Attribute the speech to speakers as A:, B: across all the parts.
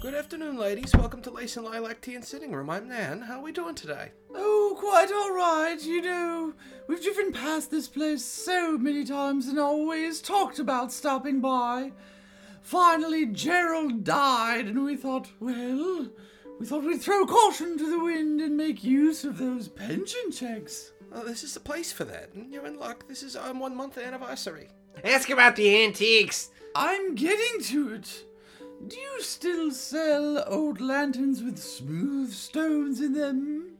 A: Good afternoon, ladies. Welcome to Lace and Lilac Tea and Sitting Room. I'm Nan. How are we doing today?
B: Oh, quite all right. You know, we've driven past this place so many times and always talked about stopping by. Finally, Gerald died, and we thought, well, we thought we'd throw caution to the wind and make use of those pension checks.
A: Well, this is the place for that. and You're in luck. This is our one month anniversary.
C: Ask about the antiques.
B: I'm getting to it. Do you still sell old lanterns with smooth stones in them?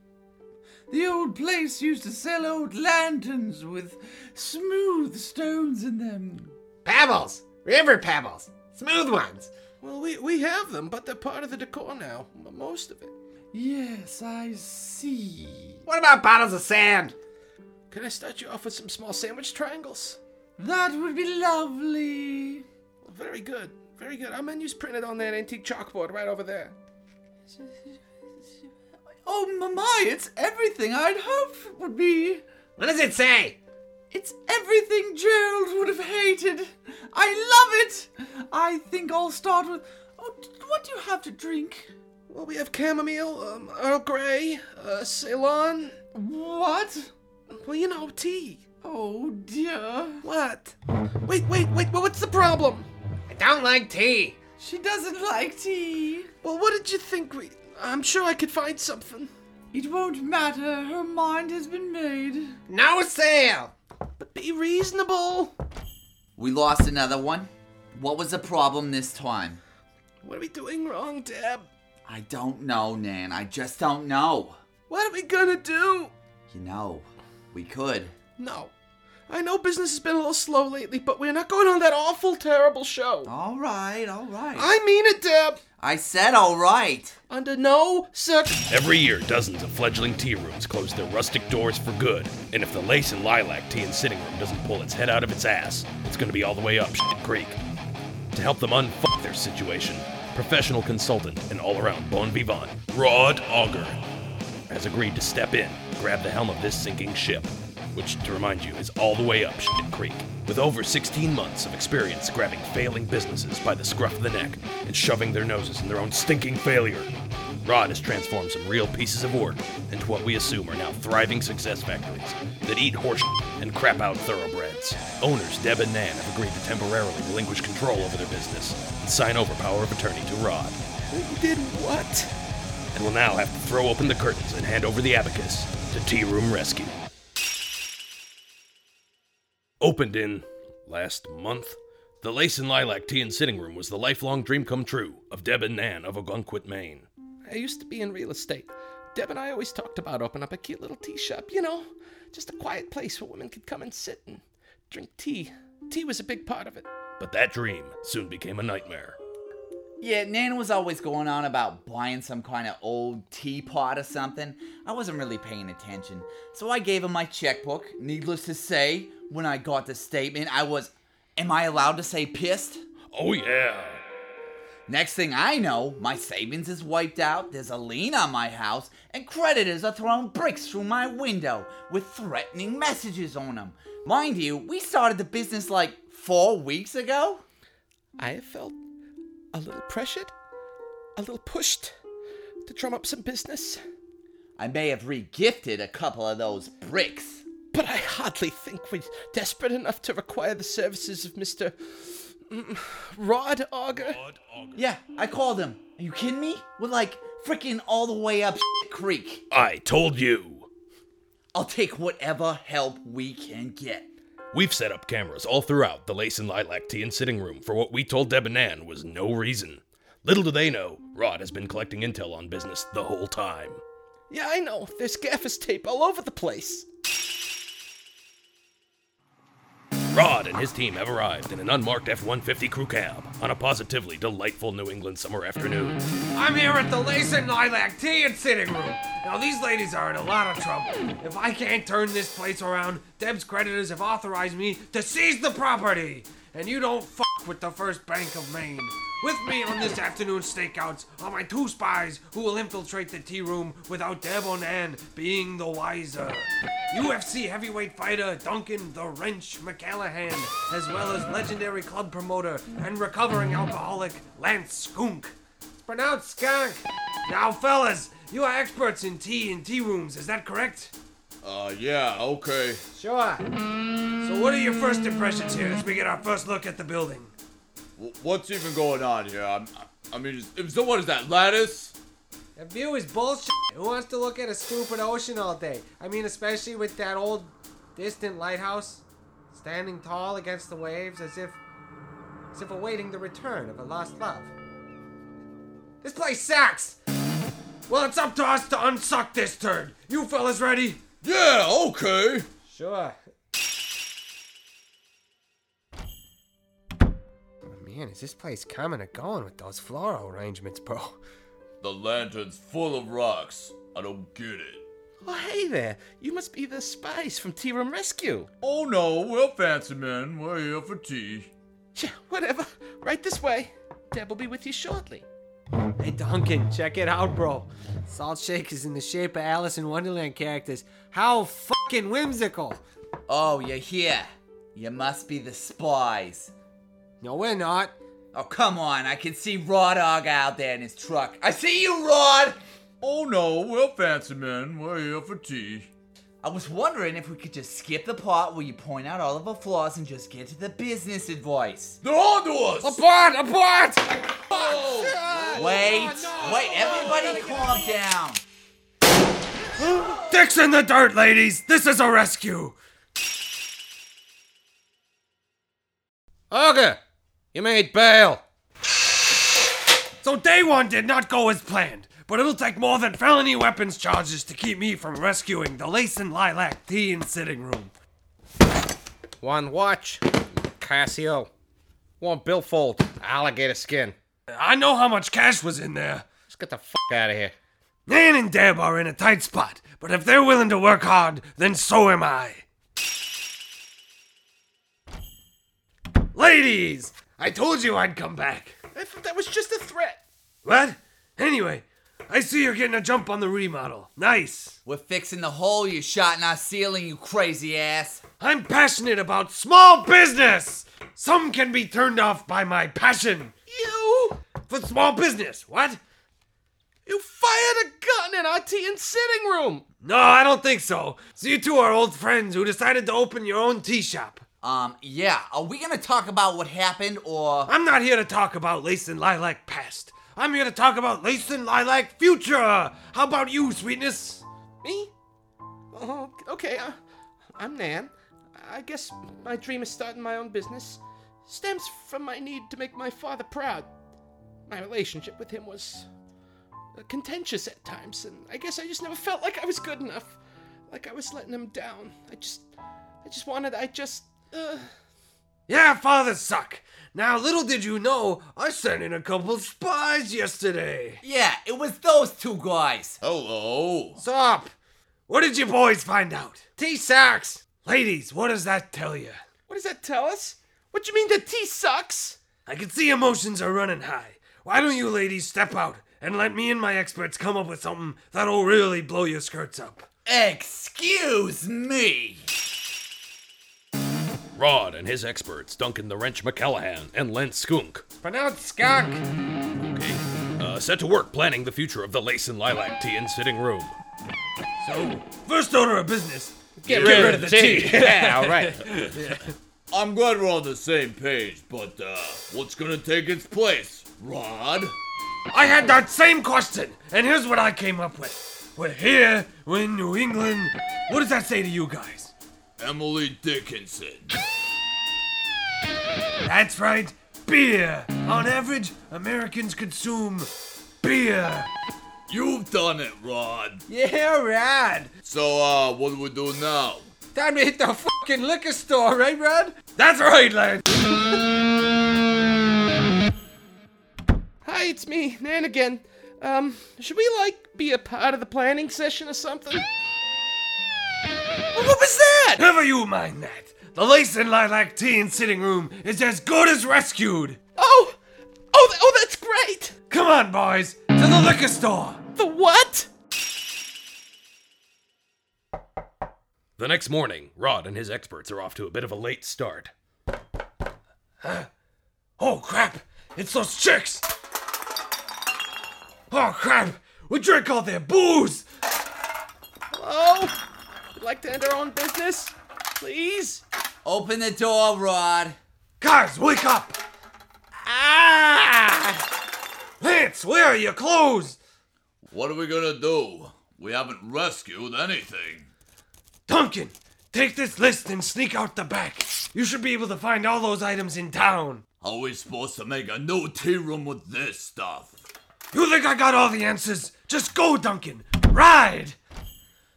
B: The old place used to sell old lanterns with smooth stones in them.
C: Pebbles. River pebbles. Smooth ones.
A: Well, we, we have them, but they're part of the decor now. m- Most of it.
B: Yes, I see.
C: What about bottles of sand?
A: Can I start you off with some small sandwich triangles?
B: That would be lovely.
A: Very good. Very good. Our menu's printed on that antique chalkboard right over there.
B: Oh, my, it's everything I'd hoped it would be.
C: What does it say?
B: It's everything Gerald would have hated. I love it. I think I'll start with. Oh, d- what do you have to drink?
A: Well, we have chamomile, um, Earl Grey, uh, Ceylon.
B: What?
A: Well, you know, tea.
B: Oh dear.
A: What? Wait, wait, wait. Well, what's the problem?
C: I don't like tea.
B: She doesn't like tea.
A: Well, what did you think we. I'm sure I could find something.
B: It won't matter. Her mind has been made.
C: No sale.
A: But be reasonable.
D: We lost another one. What was the problem this time?
A: What are we doing wrong, Deb?
D: I don't know, Nan. I just don't know.
A: What are we gonna do?
D: You know, we could.
A: No. I know business has been a little slow lately, but we're not going on that awful, terrible show.
D: All right, all right. I,
A: I mean it, Deb.
D: said all right.
A: Under no circ.
E: Every year, dozens of fledgling tea rooms close their rustic doors for good. And if the lace and lilac tea and sitting room doesn't pull its head out of its ass, it's going to be all the way up shit creek. To help them unfuck their situation, professional consultant and all-around bon vivant, Rod Auger, has agreed to step in, grab the helm of this sinking ship, which, to remind you, is all the way up shit creek. With over 16 months of experience grabbing failing businesses by the scruff of the neck and shoving their noses in their own stinking failure, Rod has transformed some real pieces of work into what we assume are now thriving success factories that eat horse and crap out thoroughbreds. Owners Deb and Nan have agreed to temporarily relinquish control over their business and sign over power of attorney to Rod
A: You did what?
E: and will now have to throw open the curtains and hand over the abacus to Tea Room Rescue. Opened in last month, the Lace and Lilac Tea and Sitting Room was the lifelong dream come true of Deb and Nan of Ogunquit, Maine.
A: I used to be in real estate. Deb and I always talked about opening up a cute little tea shop, you know, just a quiet place where women could come and sit and drink tea. Tea was a big part of it.
E: But that dream soon became a nightmare.
D: Yeah, Nan was always going on about buying some kind of old teapot or something. I wasn't really paying attention. So I gave him my checkbook. Needless to say, when I got the statement, I was, am I allowed to say pissed?
E: Oh, yeah.
D: Next thing I know, my savings is wiped out, there's a lien on my house, and creditors are throwing bricks through my window with threatening messages on them. Mind you, we started the business like four weeks ago.
A: I have felt a little pressured, a little pushed to drum up some business,
D: I may have regifted a couple of those bricks.
A: but I hardly think we're desperate enough to require the services of Mr. mm, Rod Auger.
D: Yeah, I called him. Are you kidding me? We're like freaking all the way up creek.
E: I told you.
D: I'll take whatever help we can get.
E: We've set up cameras all throughout the Lace and Lilac Tea and Sitting Room for what we told Deb and Nan was no reason. Little do they know, Rod has been collecting intel on business the whole time.
A: Yeah, I know, there's gaffer's tape all over the place.
E: Rod and his team have arrived in an unmarked F 150 crew cab on a positively delightful New England summer afternoon.
C: I'm here at the Lace and Lilac Tea and Sitting Room. Now, these ladies are in a lot of trouble. If I can't turn this place around, Deb's creditors have authorized me to seize the property. And you don't fuck with the First Bank of Maine. With me on this afternoon's stakeouts are my two spies who will infiltrate the tea room without Deb or Nan being the wiser. UFC heavyweight fighter Duncan the Wrench McCallahan, as well as legendary club promoter and recovering alcoholic Lance Skunk. It's pronounced skunk. Now, fellas, you are experts in tea and tea rooms, is that correct?
F: Uh, yeah, okay.
C: Sure. So, what are your first impressions here as we get our first look at the building?
F: W- what's even going on here? I'm, I mean, is, so what is that, lettuce?
C: The view is bullshit. Who wants to look at a stupid ocean all day? I mean, especially with that old distant lighthouse standing tall against the waves as if as if awaiting the return of a lost love. This place sucks. Well, it's up to us to unsuck this turd. You fellas ready?
F: Yeah, okay.
C: Sure. Oh, Man, is this place coming or going with those floral arrangements, bro?
F: The lantern's full of rocks. I don't get it.
A: Oh, hey there. You must be the spies from Tea Room Rescue.
F: Oh no, we're fancy men. We're here for tea.
A: Yeah, whatever. Right this way. Deb will be with you shortly.
C: Hey Duncan, check it out, bro. Salt Shake is in the shape of Alice in Wonderland characters. How fucking whimsical!
D: Oh, you're here. You must be the spies.
C: No, we're not.
D: Oh, come on. I can see Rod Ogg out there in his truck. I see you, Rod!
F: Oh no, we're fancy men. We're here for tea.
D: I was wondering if we could just skip the part where you point out all of our flaws and just get to the business advice.
F: They're onto us!
A: Abort! Abort!
D: Wait, wait, everybody calm down.
C: Dicks in the dirt, ladies! This is a rescue!
A: Ogre! You made bail!
C: So day one did not go as planned, but it'll take more than felony weapons charges to keep me from rescuing the lace and lilac tea and sitting room.
A: One watch, Casio. One billfold, alligator skin.
C: I know how much cash was in there.
A: Let's get the fuck out of here.
C: Nan and Deb are in a tight spot, but if they're willing to work hard, then so am I. Ladies, I told you I'd come back.
A: That was just a threat.
C: What? Anyway, I see you're getting a jump on the remodel. Nice.
D: We're fixing the hole you shot in our ceiling, you crazy ass.
C: I'm passionate about small business. Some can be turned off by my passion.
A: You!
C: For small business, what?
A: You fired a gun in our tea and sitting room!
C: No, I don't think so. So you two are old friends who decided to open your own tea shop.
D: Um, yeah, are we gonna talk about what happened or.
C: I'm not here to talk about lace and lilac past. I'm here to talk about lace and lilac future. How about you, sweetness?
A: Me? Oh, okay, uh, I'm Nan. I guess my dream of starting my own business stems from my need to make my father proud. My relationship with him was uh, contentious at times, and I guess I just never felt like I was good enough, like I was letting him down. I just, I just wanted, I just, uh,
C: Yeah, fathers suck. Now, little did you know, I sent in a couple spies yesterday.
D: Yeah, it was those two guys.
F: Hello.
C: Stop! What did you boys find out? Tea sucks! Ladies, what does that tell you?
A: what does that tell us? What you mean the tea sucks?
C: I can see emotions are running high. Why don't you ladies step out and let me and my experts come up with something that'll really blow your skirts up?
D: Excuse me.
E: Rod and his experts, Duncan the Wrench McCallahan and Len Skunk,
C: Pronounce skunk!
E: okay, uh, set to work planning the future of the lace and lilac tea and sitting room.
C: So, first order of business.
A: Get,
E: rid of the tea.
A: yeah, all right.
F: I'm glad we're on the same page, but uh, what's gonna take its place, Rod?
C: I had that same question, and here's what I came up with. We're here, we're in New England. What does that say to you guys?
F: Emily Dickinson.
C: That's right, beer. On average, Americans consume beer.
F: You've done it, Rod.
C: Yeah, rad.
F: So, uh, what do we do now?
C: Time to hit the fucking liquor store, right, Rod? That's right, lad.
A: Hi, it's me, Nan again. Um, should we like be a part of the planning session or something? Well, what was that?
C: Never you mind that. The lace and lilac tea and sitting room is as good as rescued.
A: Oh, oh, th- oh, that's great.
C: Come on, boys, to the liquor store.
A: The what?
E: The next morning, Rod and his experts are off to a bit of a late start.
C: Oh crap! It's those chicks! Oh crap! We drank all their booze!
A: Hello? We'd Oh, like to end our own business? Please?
D: Open the door, Rod.
C: Guys, wake up!
A: Ah!
C: Lance, where are your clothes?
F: What are we gonna do? We haven't rescued anything.
C: Duncan, take this list and sneak out the back. You should be able to find all those items in town.
F: How are we supposed to make a new tea room with this stuff?
C: You think I got all the answers? Just go, Duncan. Ride!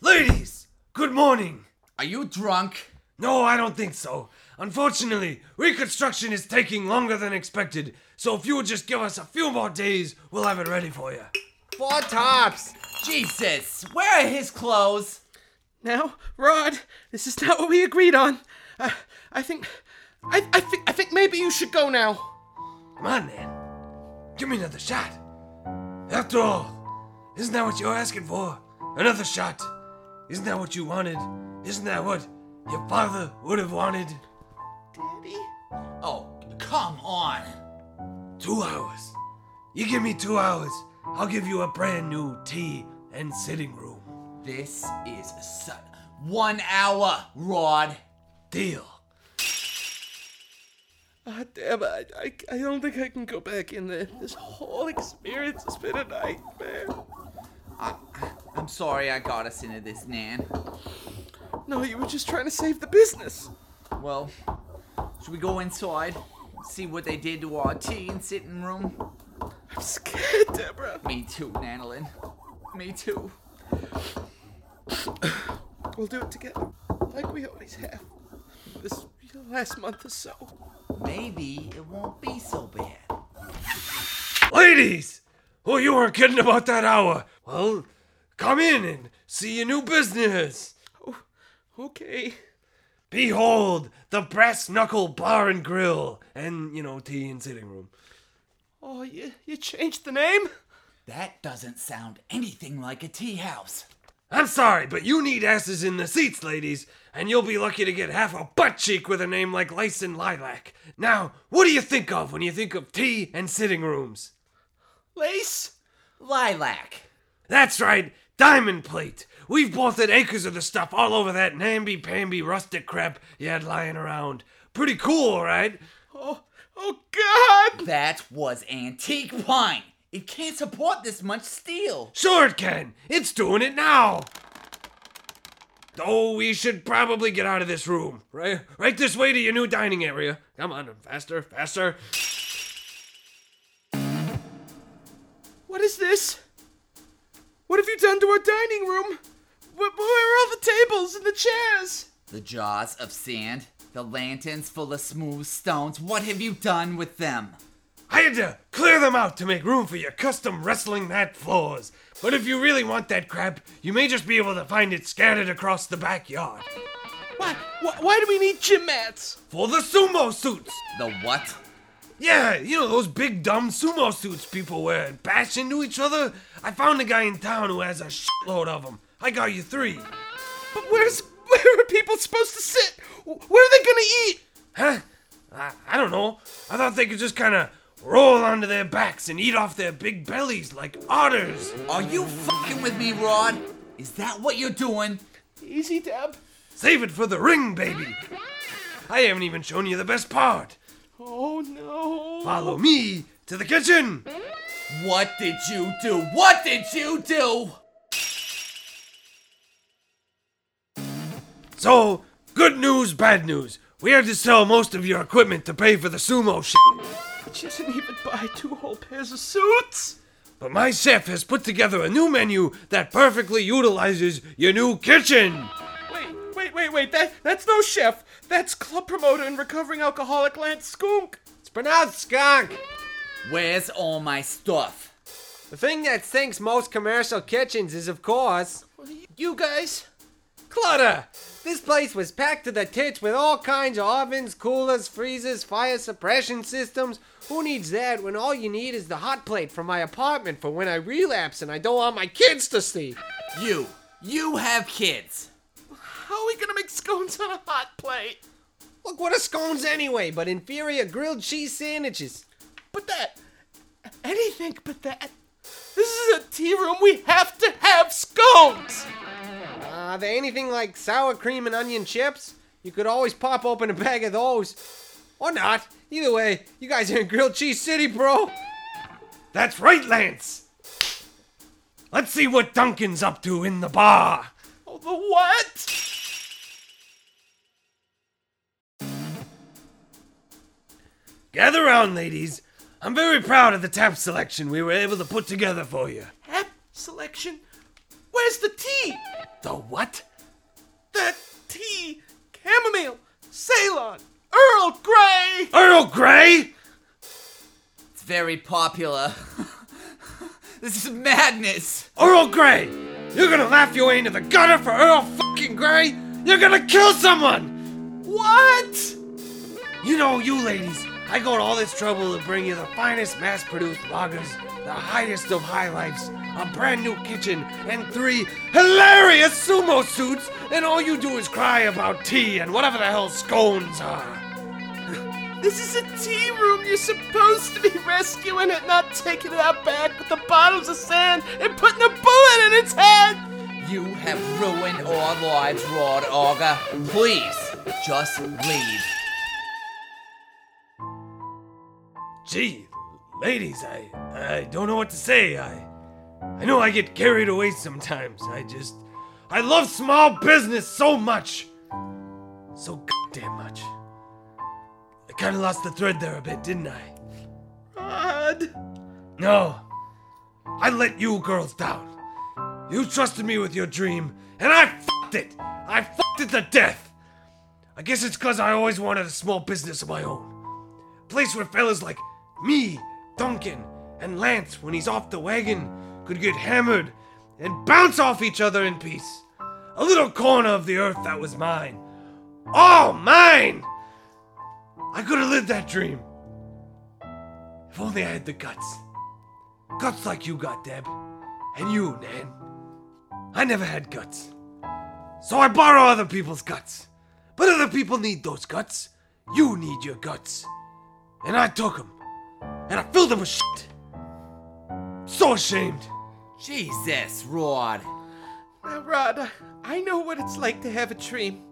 C: Ladies, good morning.
D: Are you drunk?
C: No, I don't think so. Unfortunately, reconstruction is taking longer than expected, so if you would just give us a few more days, we'll have it ready for you.
D: Four tops. Jesus, where are his clothes?
A: Now, Rod, this is not what we agreed on. I, I think, I, I think, I think maybe you should go now.
C: Come on, man. Give me another shot. After all, isn't that what you're asking for? Another shot. Isn't that what you wanted? Isn't that what your father would have wanted?
A: Daddy?
D: Oh, come on.
C: Two hours. You give me two hours, I'll give you a brand new tea and sitting room.
D: This is su- one hour, Rod.
C: Deal.
A: Ah, damn, I, I, I don't think I can go back in there. This whole experience has been a nightmare.
D: I'm sorry I got us into this, Nan.
A: No, you were just trying to save the business.
D: Well, should we go inside, see what they did to our tea and sitting room?
A: I'm scared, Deborah.
D: Me too, Nanolin. Me too.
A: We'll do it together, like we always have. This last month or so.
D: Maybe it won't be so bad.
C: Ladies! Oh, you weren't kidding about that hour. Well, come in and see your new business.
A: Okay.
C: Behold the brass knuckle bar and grill, and you know tea and sitting room.
A: Oh, you, you changed the name?
D: That doesn't sound anything like a tea house.
C: I'm sorry, but you need asses in the seats, ladies, and you'll be lucky to get half a butt cheek with a name like Lyson Lilac. Now, what do you think of when you think of tea and sitting rooms?
A: Lace?
D: Lilac.
C: That's right, Diamond Plate. We've bolted acres of the stuff all over that namby-pamby rustic crap you had lying around. Pretty cool, right?
A: Oh, oh God!
D: That was antique pine. It can't support this much steel.
C: Sure it can. It's doing it now. Oh, we should probably get out of this room. Right, right this way to your new dining area. Come on, faster, faster.
A: What is this? What have you done to our dining room? Where, where are all the tables and the chairs?
D: The jars of sand, the lanterns full of smooth stones. What have you done with them?
C: I had to clear them out to make room for your custom wrestling mat floors. But if you really want that crap, you may just be able to find it scattered across the backyard.
A: Why, why, why do we need gym mats?
C: For the sumo suits!
D: The what?
C: Yeah, you know those big dumb sumo suits people wear and bash into each other? I found a guy in town who has a shitload of them. I got you three.
A: But where's where are people supposed to sit? Where are they gonna eat?
C: Huh? I, I don't know. I thought they could just kind of roll onto their backs and eat off their big bellies like otters.
D: Are you fucking with me, Rod? Is that what you're doing?
A: Easy, Deb.
C: Save it for the ring, baby. I haven't even shown you the best part.
A: Oh no.
C: Follow me to the kitchen.
D: What did you do? What did you do?
C: So, good news, bad news. We had to sell most of your equipment to pay for the sumo shit.
A: She doesn't even buy two whole pairs of suits.
C: But my chef has put together a new menu that perfectly utilizes your new kitchen.
A: Wait, wait, wait, wait. That that's no chef. That's club promoter and recovering alcoholic Lance Skunk.
C: It's pronounced skunk.
D: Where's all my stuff?
C: The thing that sinks most commercial kitchens is, of course,
A: You guys.
C: clutter. This place was packed to the tits with all kinds of ovens, coolers, freezers, fire suppression systems. Who needs that when all you need is the hot plate from my apartment for when I relapse and I don't want my kids to see?
D: You. You have kids.
A: How are we gonna make scones on a hot plate?
C: Look, what are scones anyway but inferior grilled cheese sandwiches?
A: But that. Anything but that. This is we have to have scones.
C: Are there anything like sour cream and onion chips? You could always pop open a bag of those. Or not. Either way, you guys are in Grilled Cheese City, bro. That's right, Lance. Let's see what Duncan's up to in the bar.
A: Oh, the what?
C: Gather round, ladies. I'm very proud of the tap selection we were able to put together for you.
A: App selection. Where's the tea?
C: The what?
A: The tea. Chamomile. Ceylon. Earl Grey.
C: Earl Grey?
D: It's very popular. this is madness.
C: Earl Grey! You're gonna laugh your way into the gutter for Earl fucking Grey? You're gonna kill someone! What? You know, you ladies, I go to all this trouble to bring you the finest mass produced lagers, the highest of high lifes, a brand new kitchen, and three hilarious sumo suits, and all you do is cry about tea and whatever the hell scones are.
A: This is a tea room. You're supposed to be rescuing it, not taking it out back with the bottles of sand and putting a bullet in its head.
D: You have ruined our lives, Rod Auger. Please, just leave.
C: Gee, ladies, I I don't know what to say. I I know I get carried away sometimes. I just I love small business so much. So goddamn much. I kind of lost the thread there a bit, didn't I?
A: Rod.
C: No. I let you girls down. You trusted me with your dream, and I fucked it. I fucked it to death. I guess it's because I always wanted a small business of my own. Place where fellas like me, Duncan, and Lance, when he's off the wagon, could get hammered and bounce off each other in peace. A little corner of the earth that was mine. All mine! I could have lived that dream. If only I had the guts. Guts like you got, Deb. And you, Nan. I never had guts. So I borrow other people's guts. But other people need those guts. You need your guts. And I took them. And I filled them with shit. So ashamed.
D: Jesus, Rod.
A: Now, Rod, I know what it's like to have a dream.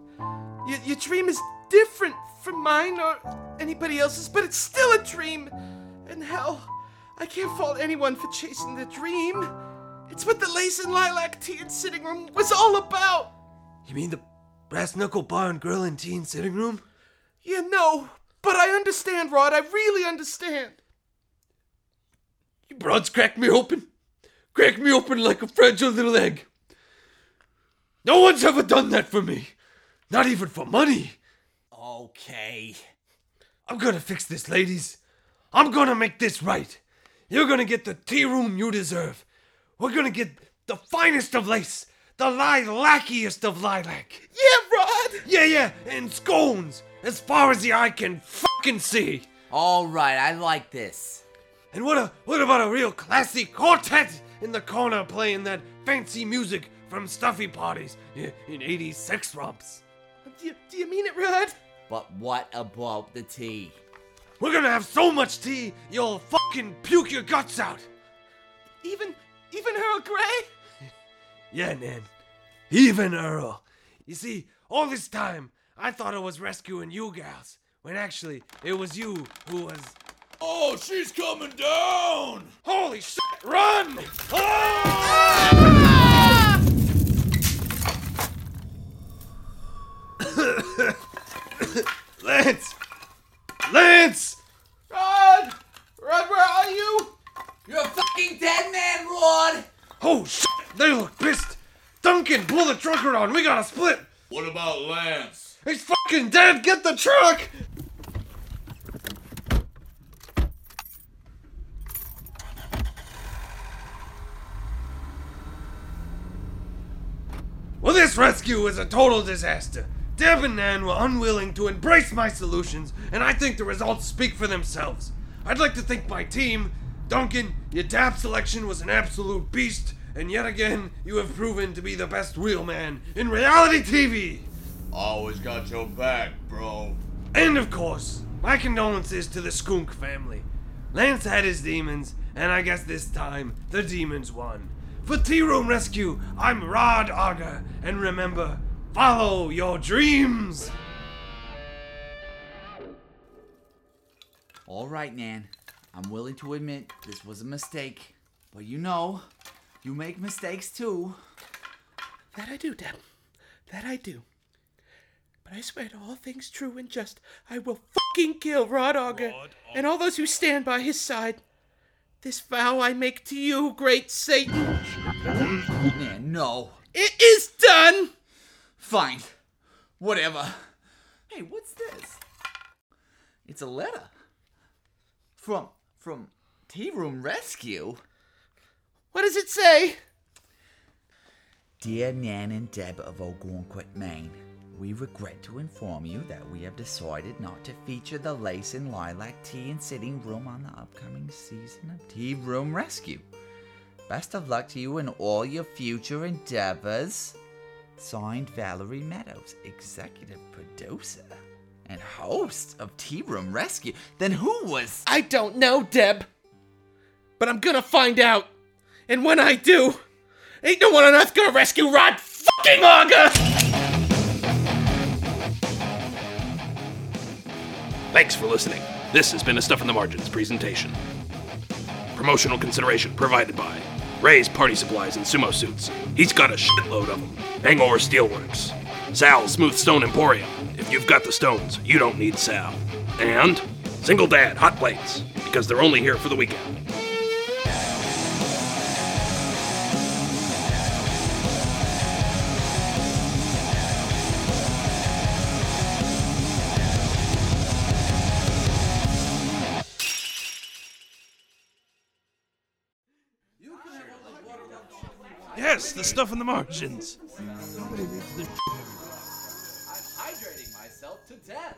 A: Your, your dream is different from mine or anybody else's, but it's still a dream. And hell, I can't fault anyone for chasing the dream. It's what the lace and lilac tea and sitting room was all about.
C: You mean the brass knuckle bar and grill and tea and sitting room?
A: You know, but I understand, Rod. I really understand.
C: You broads cracked me open. Cracked me open like a fragile little egg. No one's ever done that for me. Not even for money.
D: Okay.
C: I'm gonna fix this, ladies. I'm gonna make this right. You're gonna get the tea room you deserve. We're gonna get the finest of lace, the lilackiest of lilac.
A: Yeah, Rod!
C: Yeah, yeah, and scones, as far as the eye can fucking see.
D: All right, I like this.
C: And what a what about a real classy quartet in the corner playing that fancy music from stuffy parties in 80s sex romps?
A: Do you, do you mean it, Rod?
D: But what about the tea?
C: We're gonna have so much tea, you'll fucking puke your guts out.
A: Even, even Earl Grey?
C: Yeah, Nan. Even Earl. You see, all this time, I thought I was rescuing you gals, when actually, it was you who was.
F: Oh, she's coming down!
C: Holy shit, run!
F: Ah!
C: Lance! Lance!
A: Rod! Rod, where are you?
D: You're a fucking dead man, Rod!
C: Oh shit, they look pissed! Duncan, pull the truck around, we gotta split!
F: What about Lance?
C: He's fucking dead, get the truck! Well, this rescue was a total disaster. Deb and Nan were unwilling to embrace my solutions, and I think the results speak for themselves. I'd like to thank my team. Duncan, your tap selection was an absolute beast, and yet again, you have proven to be the best wheel man in reality TV.
F: Always got your back, bro.
C: And of course, my condolences to the Skunk family. Lance had his demons, and I guess this time the demons won. For Tea Room Rescue, I'm Rod Auger, and remember, follow your dreams!
D: All right, Nan. I'm willing to admit this was a mistake. But you know, you make mistakes too.
A: That I do, Deb. That I do. But I swear to all things true and just, I will fucking kill Rod Auger and all those who stand by his side. This vow I make to you, great Satan.
D: Nan, no.
A: It is done!
D: Fine. Whatever. Hey, what's this? It's a letter. From from Tea Room Rescue.
A: What does it say?
D: Dear Nan and Deb of Algonquin, Maine, we regret to inform you that we have decided not to feature the lace and lilac tea and sitting room on the upcoming season of Tea Room Rescue. Best of luck to you in all your future endeavors. Signed Valerie Meadows, executive producer and host of Tea Room Rescue. Then who was
A: I don't know, Deb. But I'm gonna find out. And when I do, ain't no one on earth gonna rescue Rod fucking Auger!
E: Thanks for listening. This has been a Stuff in the Margins presentation. Promotional consideration provided by Ray's Party Supplies and Sumo Suits. He's got a shitload of them. Hangover Steelworks. Sal Smooth Stone Emporium. If you've got the stones, you don't need Sal. And Single Dad Hot Plates, because they're only here for the weekend.
G: Yes, the stuff in the margins.
D: hydrating myself to death?